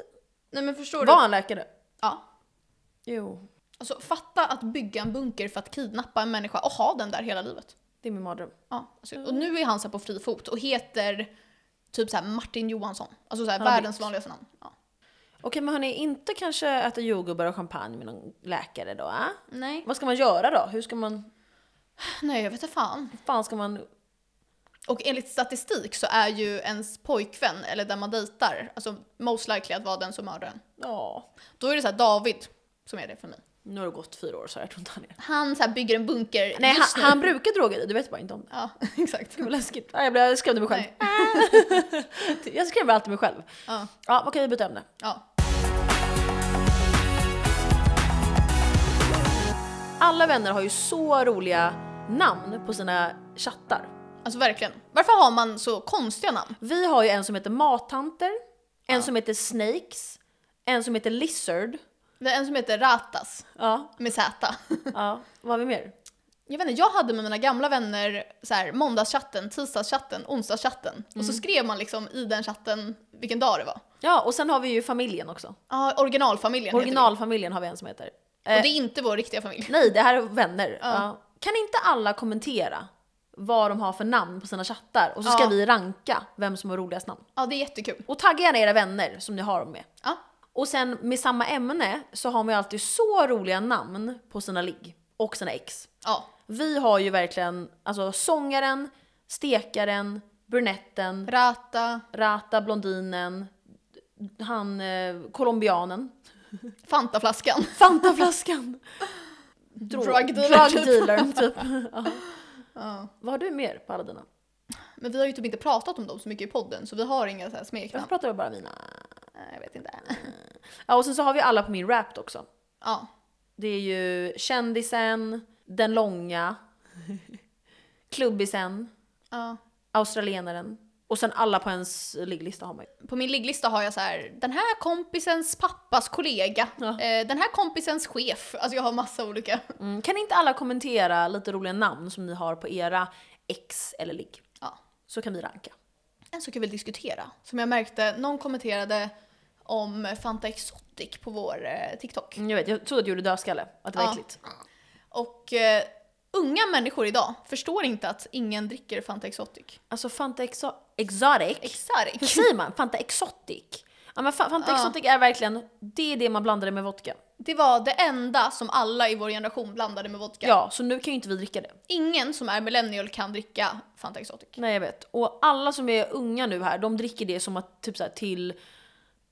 Nej men förstår
Var
du?
han läkare?
Ja.
Jo,
Alltså fatta att bygga en bunker för att kidnappa en människa och ha den där hela livet.
det är min mardröm.
Ja. Alltså, och nu är han så här på fri fot och heter typ så här Martin Johansson. Alltså så här,
Han har
världens
bytt.
vanligaste namn. Ja.
Okej, men hörni, inte kanske äta jordgubbar och champagne med någon läkare då? Eh?
Nej.
Vad ska man göra då? Hur ska man...
Nej jag vet inte fan.
Hur fan ska man...
Och enligt statistik så är ju ens pojkvän, eller den man dejtar, alltså most likely att vara den som mördar en.
Ja.
Då är det så här David som är det för mig.
Nu har det gått fyra år så jag tror inte han är...
Han så här bygger en bunker
Nej,
just
han,
nu.
han brukar droga dig, du vet bara inte om det.
Ja, exakt.
Gud vad läskigt. Nej, jag blev- jag skrämde mig själv.
Nej.
Jag skrämmer alltid mig själv.
Ja,
Ja, okej vi byter ämne.
ja.
Alla vänner har ju så roliga namn på sina chattar.
Alltså verkligen. Varför har man så konstiga namn?
Vi har ju en som heter Mattanter, en som heter Snakes, en som heter Lizard.
Det är en som heter Ratas
Ja,
med Z.
ja. vad har vi mer?
Jag vet inte, jag hade med mina gamla vänner så här, måndagschatten, tisdagschatten, onsdagschatten. Och
Mm.
så skrev man liksom i den chatten vilken dag det var.
Ja, och sen har vi ju familjen också.
Ja, originalfamiljen heter
Originalfamiljen har vi en som heter. Eh,
vi. Och det är inte vår riktiga familj.
Nej, det här är vänner. Ja. Kan inte alla kommentera vad de har för namn på sina chattar och så ska
Ja.
vi ranka vem som har roligast namn.
Ja, det är jättekul.
Och tagga gärna era vänner som ni har dem med.
Ja.
Och sen med samma ämne så har man ju alltid så roliga namn på sina ligg och sina ex.
Ja.
Vi har ju verkligen alltså sångaren, stekaren, brunetten,
Rata,
Rata, blondinen, han eh, colombianen,
Fantaflaskan.
Fantaflaskan, drog-
Drug dealer, typ.
drugdealern typ. ja.
Ja.
Vad har du mer på alla dina?
Men vi har ju typ inte pratat om dem så mycket i podden så vi har inga så här
Jag
smeknamn.
pratar jag bara mina.
Nej, Jag vet inte.
Ja, och sen så har vi alla på min rap också.
Ja.
Det är ju kändisen, den långa, klubbisen,
ja.
australienaren. Och sen alla på ens ligglista har man ju.
På min ligglista har jag så här, den här kompisens pappas kollega,
Ja.
eh, den här kompisens chef. Alltså jag har massa olika.
Mm. Kan inte alla kommentera lite roliga namn som ni har på era ex eller ligg?
Ja.
Så kan vi ranka.
En sak jag vill diskutera, som jag märkte, någon kommenterade om Fanta Exotic på vår eh, TikTok.
Mm, Jag vet, jag trodde att du gjorde dödskalle, att det var
Ja.
äckligt.
Och eh, unga människor idag förstår inte att ingen dricker Fanta Exotic.
Alltså Fanta exo- Exotic? Hur
Exotic!
säger man? Fanta Exotic? Ja men fa- Fanta
Ja.
Exotic är verkligen, det är det man blandade med vodka.
Det var det enda som alla i vår generation blandade med vodka.
Ja, så nu kan ju inte vi dricka det.
Ingen som är millennial kan dricka Fanta Exotic.
Nej jag vet. Och alla som är unga nu här, de dricker det som att typ så här, till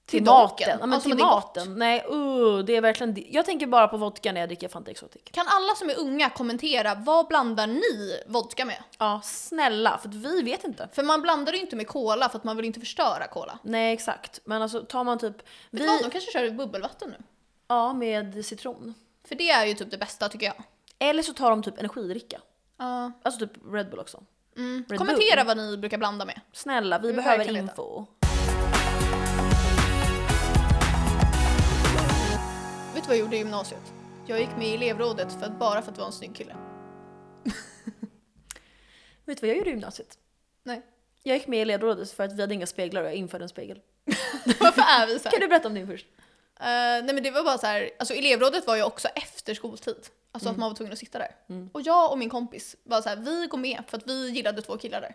till
Till
maten. Alltså
dolken.
Ja, men
Ja, som
till
att det är gott.
maten. Nej, uh, det är verkligen det. Jag tänker bara på vodka när jag dricker Fanta Exotic.
Kan alla som är unga kommentera, vad blandar ni vodka med?
Ja, snälla, för att vi vet inte.
För man blandar ju inte med cola för att man vill inte förstöra cola.
Nej, exakt. Men alltså tar man typ...
Vet du
Vi,
vad, de kanske kör bubbelvatten nu.
ja, med citron.
För det är ju typ det bästa tycker jag.
Eller så tar de typ energidricka.
Ja.
Alltså typ Red Bull också.
mm.
Red
Kommentera vad ni brukar blanda med.
Snälla, vi
vill
behöver
verkligen veta.
info.
Vet du vad jag gjorde i gymnasiet? Jag gick med i elevrådet för att bara för att vara en snygg kille.
Vet du vad jag gjorde i gymnasiet?
Nej.
Jag gick med i elevrådet för att vi hade inga speglar och jag införde en spegel.
Varför är vi så här?
Kan du berätta om din först?
Eh, nej men det var bara så här, alltså elevrådet var ju också efter skoltid. Alltså att man var tvungen att sitta där. Och jag och min kompis var så här, vi går med för att vi gillade två killar där.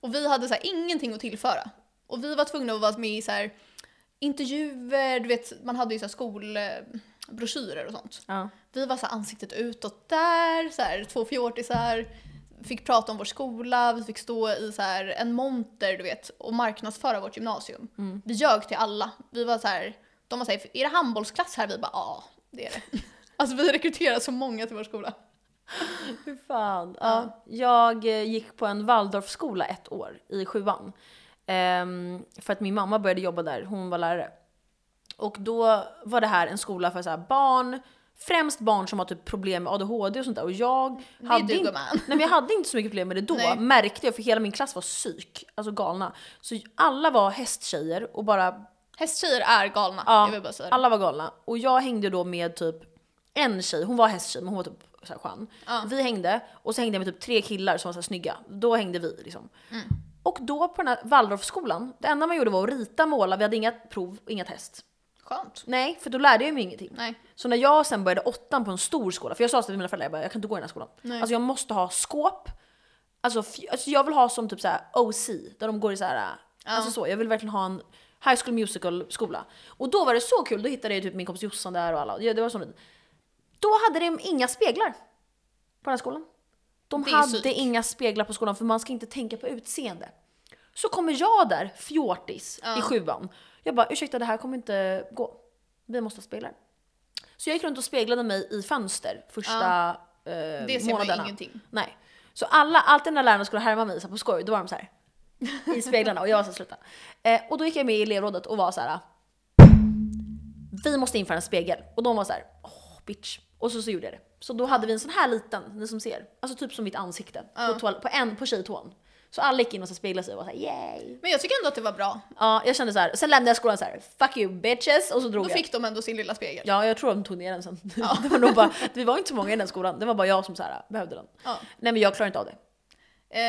Och vi hade så här, ingenting att tillföra. Och vi var tvungna att vara med i så här, intervjuer, du vet man hade ju så här skolbroschyrer och sånt.
Ja.
Vi var så här, ansiktet utåt där, så här, två fjortisar. Fick prata om vår skola, vi fick stå i så här, en monter du vet, och marknadsföra vårt gymnasium.
Mm.
Vi ljög till alla. Vi var så här, de var såhär, är det handbollsklass här? Vi bara ja, det är det. alltså vi rekryterar så många till vår skola.
Hur fan. Ja. Jag eh, gick på en Waldorfskola ett år i sjuan. Ehm, för att min mamma började jobba där, hon var lärare. Och då var det här en skola för så här barn, främst barn som har typ problem med ADHD och sånt där. Och jag
Det är
hade,
du
inte,
gumman.
nej, men jag hade inte så mycket problem med det då,
Nej.
märkte jag för hela min klass var psyk, alltså galna. Så alla var hästtjejer och bara
Hästtjejer är galna,
Ja,
jag vill bara säga det.
Alla var galna. Och jag hängde då med typ en tjej, hon var hästtjej men hon var typ så här skön.
Ja.
Vi hängde och så hängde jag med typ tre killar som var så här snygga. Då hängde vi liksom. Och då på den här Waldorfskolan, det enda man gjorde var att rita, måla, vi hade inga prov, inga test.
Skönt.
Nej, för då lärde jag mig ingenting.
Nej.
Så när jag sen började åttan på en stor skola, för jag sa till mina föräldrar jag, bara, jag kan inte gå i den här skolan.
Nej.
Alltså jag måste ha skåp, alltså, fj- alltså jag vill ha som typ så här OC, där de går i så här, alltså så, jag vill verkligen ha en high school musical skola. Och då var det så kul, då hittade jag typ min kompis Jossan där och alla, ja, det var sån Då hade de inga speglar på den här skolan. De
Det är
hade
psyk.
inga speglar på skolan för man ska inte tänka på utseende. Så kommer jag där, fjortis, i sjuan. Jag bara ursäkta det här kommer inte gå. Vi måste ha speglar. Så jag gick runt och speglade mig i fönster första eh,
Det ser man ju
månaderna.
ingenting.
Nej. Så alla, alltid när lärarna skulle härma mig så här, på skoj, då var de så här i speglarna och jag var så här, sluta. Eh, och då gick jag med i elevrådet och var så här. Vi måste införa en spegel. Och de var så här, åh bitch. Och så, så gjorde jag det. Så då hade vi en sån här liten, ni som ser, alltså typ som mitt ansikte, på, toal- på, en, på tjejtån. Så alla gick in och så speglade sig och var såhär yay.
Men jag tycker ändå att det var bra.
Ja, jag kände så här. sen lämnade jag skolan så här, fuck you bitches, och så drog
Då
jag.
fick de ändå sin lilla spegel.
Ja, jag tror de tog ner den sen. det var nog bara, vi var inte så många i den skolan, det var bara jag som så här, äh, behövde den.
Ja.
Nej men jag klarar inte av det.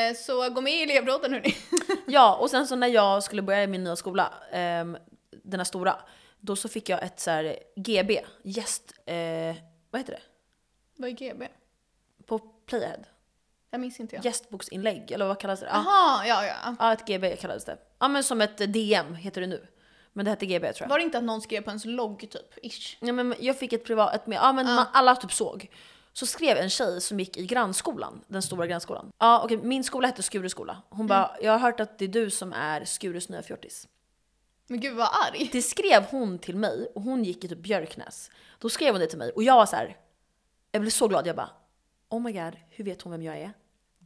Eh, så gå med i elevråden hörni.
Ja, och sen så när jag skulle börja i min nya skola, ehm, den här stora, då så fick jag ett så här GB, gäst, eh, vad heter det?
Vad är GB?
På Playhead?
Jag minns inte jag.
Gästboksinlägg, eller vad kallas det? Ja,
Jaha, ja ja.
ja, ett GB kallades det. Ja men som ett DM heter det nu. Men det hette GB tror jag.
Var det inte att någon skrev på ens logg typ? Ish.
Ja, men jag fick ett privat, ett med, ja men man, alla typ såg. Så skrev en tjej som gick i grannskolan, den stora grannskolan. Ja okej, min skola hette Skures skola. Hon bara, jag har hört att det är du som är Skures nya fjortis.
Men gud vad arg.
Det skrev hon till mig och hon gick i typ Björknäs. Då skrev hon det till mig och jag var så här, jag blev så glad. Jag bara, oh my god, hur vet hon vem jag är?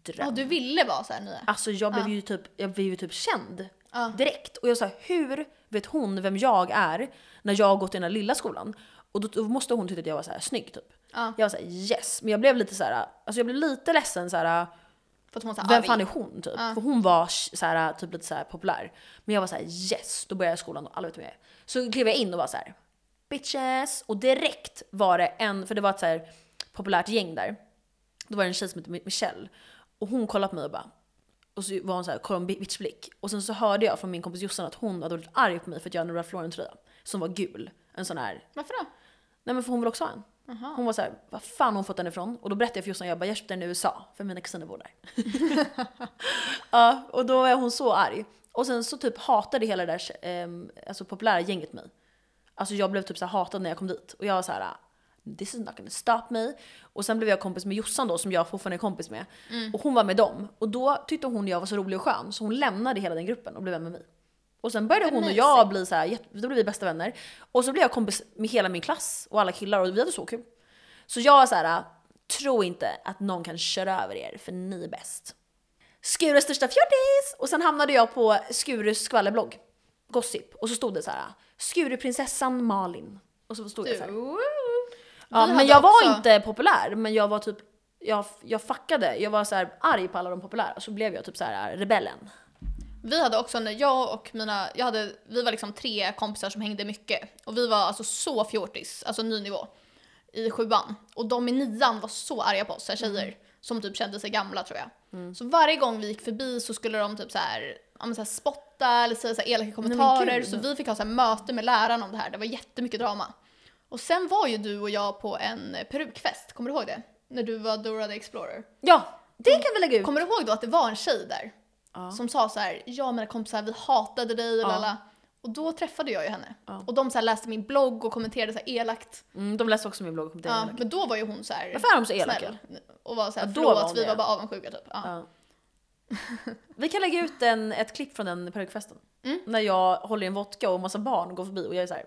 Ja,
Dröm.
du ville vara såhär nya.
Alltså jag blev ju typ, jag blev ju typ känd
Ja.
direkt. Och jag sa, hur vet hon vem jag är när jag har gått i den här lilla skolan? Och då, då måste hon tycka att jag var så här snygg typ.
Ja.
Jag var såhär yes, men jag blev lite så här, alltså jag blev lite ledsen så här.
För att hon var såhär
Vem
arg.
fan är hon typ? För hon var så här, typ lite så här populär. Men jag var så här yes, då började jag skolan och alla vet vem jag är. Så klev jag in och var så här bitches. Och direkt var det en, för det var ett så här populärt gäng där. Då var det en tjej som hette Michelle. Och hon kollade på mig och bara och så var hon så här, kollade hon bitchblick. Och sen så hörde jag från min kompis Jossan att hon hade blivit arg på mig för att jag hade en Ralph Lauren tröja. Som var gul. En sån här
Varför då?
Nej men för hon vill också ha en. Hon var såhär, vad fan har hon fått den ifrån? Och då berättade jag för Jossan, jag bara, jag köpte den i USA för mina kusiner bor där. ja, och då var hon så arg. Och sen så typ hatade hela det där ehm, alltså populära gänget mig. Alltså jag blev typ så här hatad när jag kom dit. Och jag var så här. this is not gonna stop me. Och sen blev jag kompis med Jossan då som jag fortfarande är kompis med. Och hon var med dem. Och då tyckte hon jag var så rolig och skön så hon lämnade hela den gruppen och blev vän med mig. Och sen började hon och jag bli så här, jätte- då blev vi bästa vänner. Och så blev jag kompis med hela min klass och alla killar och vi hade så kul. Så jag var så här, tro inte att någon kan köra över er för ni är bäst. Skures största fjortis! Och sen hamnade jag på Skures skvallerblogg. Gossip. Och så stod det så här, Skureprinsessan Malin. Och så stod jag
Du.
så här.
Vi
Ja, men
hade
jag var
också-
inte populär, men jag var typ, jag, jag fuckade. Jag var så här arg på alla de populära, och så blev jag typ så här rebellen.
Vi hade också, när jag och mina, jag hade, vi var liksom tre kompisar som hängde mycket. Och vi var alltså så fjortis, alltså ny nivå, i sjuan. Och de i nian var så arga på oss, så här tjejer,
Mm.
som typ kände sig gamla tror jag. Så varje gång vi gick förbi så skulle de typ så här, ja, men så här spotta eller säga så här elaka
men
kommentarer.
gud.
så vi fick ha så här möte med läraren om det här, det var jättemycket drama. Och sen var ju du och jag på en perukfest, kommer du ihåg det? När du var Dora the Explorer.
Ja, det kan vi lägga ut.
Kommer du ihåg då att det var en tjej där?
Ja.
Som sa så här, ja mina kompisar vi hatade dig och
Ja.
lala. Och då träffade jag ju henne.
Ja.
Och de så här läste min blogg och kommenterade så här elakt.
Mm, de läste också min blogg.
Ja,
Ja.
men då var ju hon så här
Varför är de så elaka?
snäll. Och var så här,
Ja, då
förlåt
var hon
vi
det.
var bara avundsjuka typ. Ja.
Ja. Vi kan lägga ut en, ett klipp från den perukfesten.
Mm.
När jag håller i en vodka och en massa barn går förbi och jag är så här,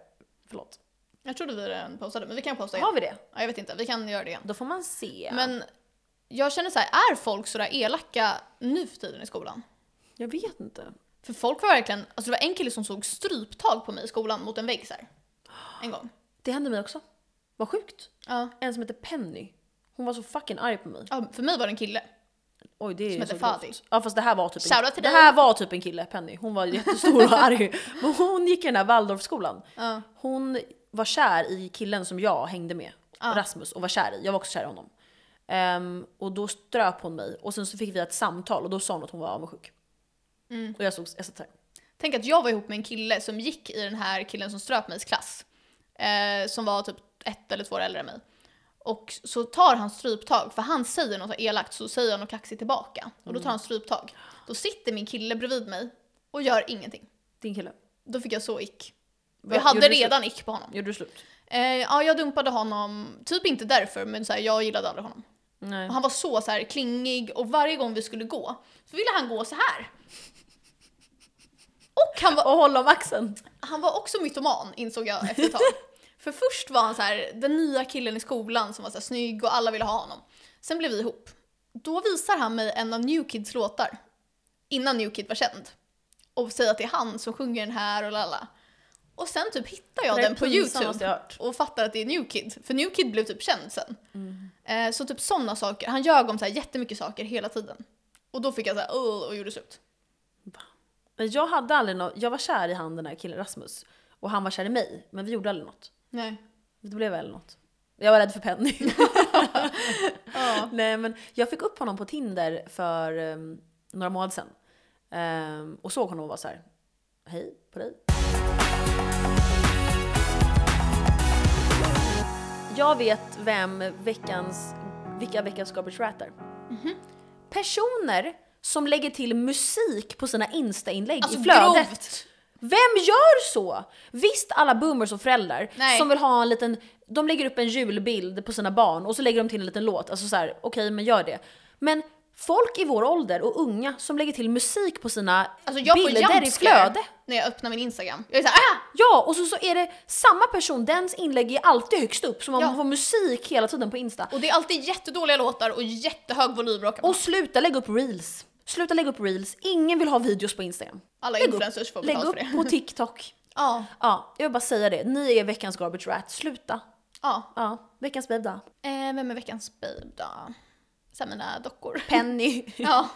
förlåt.
Jag trodde vi redan postade men vi kan posta igen.
Har vi det?
Ja, jag vet inte, vi kan göra det igen.
Då får man se.
Typ. Men jag känner så här, är folk sådär elaka nu för tiden i skolan?
Jag vet inte.
För folk var verkligen, alltså det var en kille som såg stryptag på mig i skolan mot en vägg så här. En gång.
Det hände mig också. Vad sjukt.
Ja.
En som heter Penny. Hon var så fucking arg på mig.
ja, för mig var det en kille.
Oj, det är
Som
ju så
heter Fadi.
grovt. Ja fast det här var typ en,
Shoutout till
det
dig.
här var typ en kille, Penny. Hon var jättestor och arg. Men hon gick i den här Waldorfskolan.
Ja.
Hon var kär i killen som jag hängde med, Rasmus, och var kär i. Jag var också kär i honom. Ehm, och då ströp hon mig och sen så fick vi ett samtal och då sa hon att hon var avundsjuk.
Mm.
Och jag, såg, jag satt så här.
Tänk att jag var ihop med en kille som gick i den här killen som ströp mig's klass. Eh, som var typ ett eller två år äldre än mig. Och så tar han stryptag, för han säger något så elakt så säger jag något kaxigt tillbaka. Och då tar han
Mm.
stryptag. Då sitter min kille bredvid mig och gör ingenting.
Din kille.
Då fick jag så ick. Och
Vad-
jag hade
gjorde du slut?
redan ick på honom.
Gjorde du slut?
Eh, ja, jag dumpade honom, typ inte därför, men så här, jag gillade aldrig honom.
Nej.
Och han var så, så här, klingig och varje gång vi skulle gå så ville han gå så här. Och han var,
Och hålla om axeln.
han var också mytoman insåg jag efter ett tag. För först var han så här, den nya killen i skolan som var så här, snygg och alla ville ha honom. Sen blev vi ihop. Då visar han mig en av New Kids låtar. Innan New Kid var känd. Och säger att det är han som sjunger den här och lalla. Och sen typ hittar jag
Det är
den på
det pinsammaste
YouTube
jag hört.
och fattar att det är New Kid. För New Kid blev typ känd sen.
Mm.
Eh, så typ sådana saker. Han ljög om så här jättemycket saker hela tiden. Och då fick jag såhär "Åh", och gjorde slut.
Men jag hade aldrig något, jag var kär i han den här killen Rasmus. Och han var kär i mig, men vi gjorde aldrig något.
Nej.
Det blev väl något. Jag var rädd för Penny.
Ja.
Nej men jag fick upp honom på Tinder för ehm, några månader sedan. Ehm, och såg honom och var så här. hej på dig. Jag vet vem veckans, vilka veckans garbage rat är.
Mhm.
Personer som lägger till musik på sina Insta-inlägg
Alltså
i flödet.
grovt.
Vem gör så? Visst alla boomers och föräldrar
Nej.
som vill ha en liten, de lägger upp en julbild på sina barn och så lägger de till en liten låt, alltså så här, okej men gör det. Men folk i vår ålder och unga som lägger till musik på sina
Alltså jag får
bilder i
jumpscare
flöde.
när jag öppnar min Instagram. Jag är såhär ah!
Ja, och så, så är det samma person, dens inlägg är alltid högst upp så man
Ja.
får musik hela tiden på Insta.
Och det är alltid jättedåliga låtar och jättehög volymrock.
Och sluta lägga upp reels. Sluta lägga upp reels, ingen vill ha videos på Instagram.
Alla
lägg upp-
influencers får
Lägg
betalt
upp
för det.
på TikTok.
Ja,
Ja, jag vill bara säga det, ni är veckans garbage rat, sluta.
ja.
Ja, veckans babe då.
Eh, vem är veckans babe då? Så här mina dockor.
Penny.
Ja,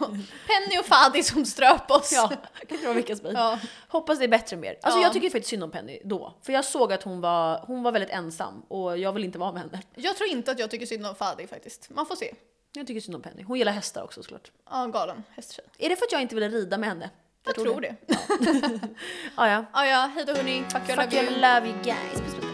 Penny och Fadi som ströp oss.
ja, kanske var veckans babe.
Ja.
Hoppas det är bättre mer. Alltså
Ja.
jag tycker faktiskt synd om Penny då. För jag såg att hon var, hon var väldigt ensam och jag vill inte vara med henne.
Jag tror inte att jag tycker synd om Fadi faktiskt. Man får se.
Jag tycker synd om Penny. Hon gillar hästar också såklart.
Ja, galen hästtjej.
Är det för att jag inte ville rida med henne?
Jag tror det.
Ah, ja.
Ja, ja, hejdå hörni. Fuck you, I
Fuck
love
you,
you.
love you guys. Puss, puss.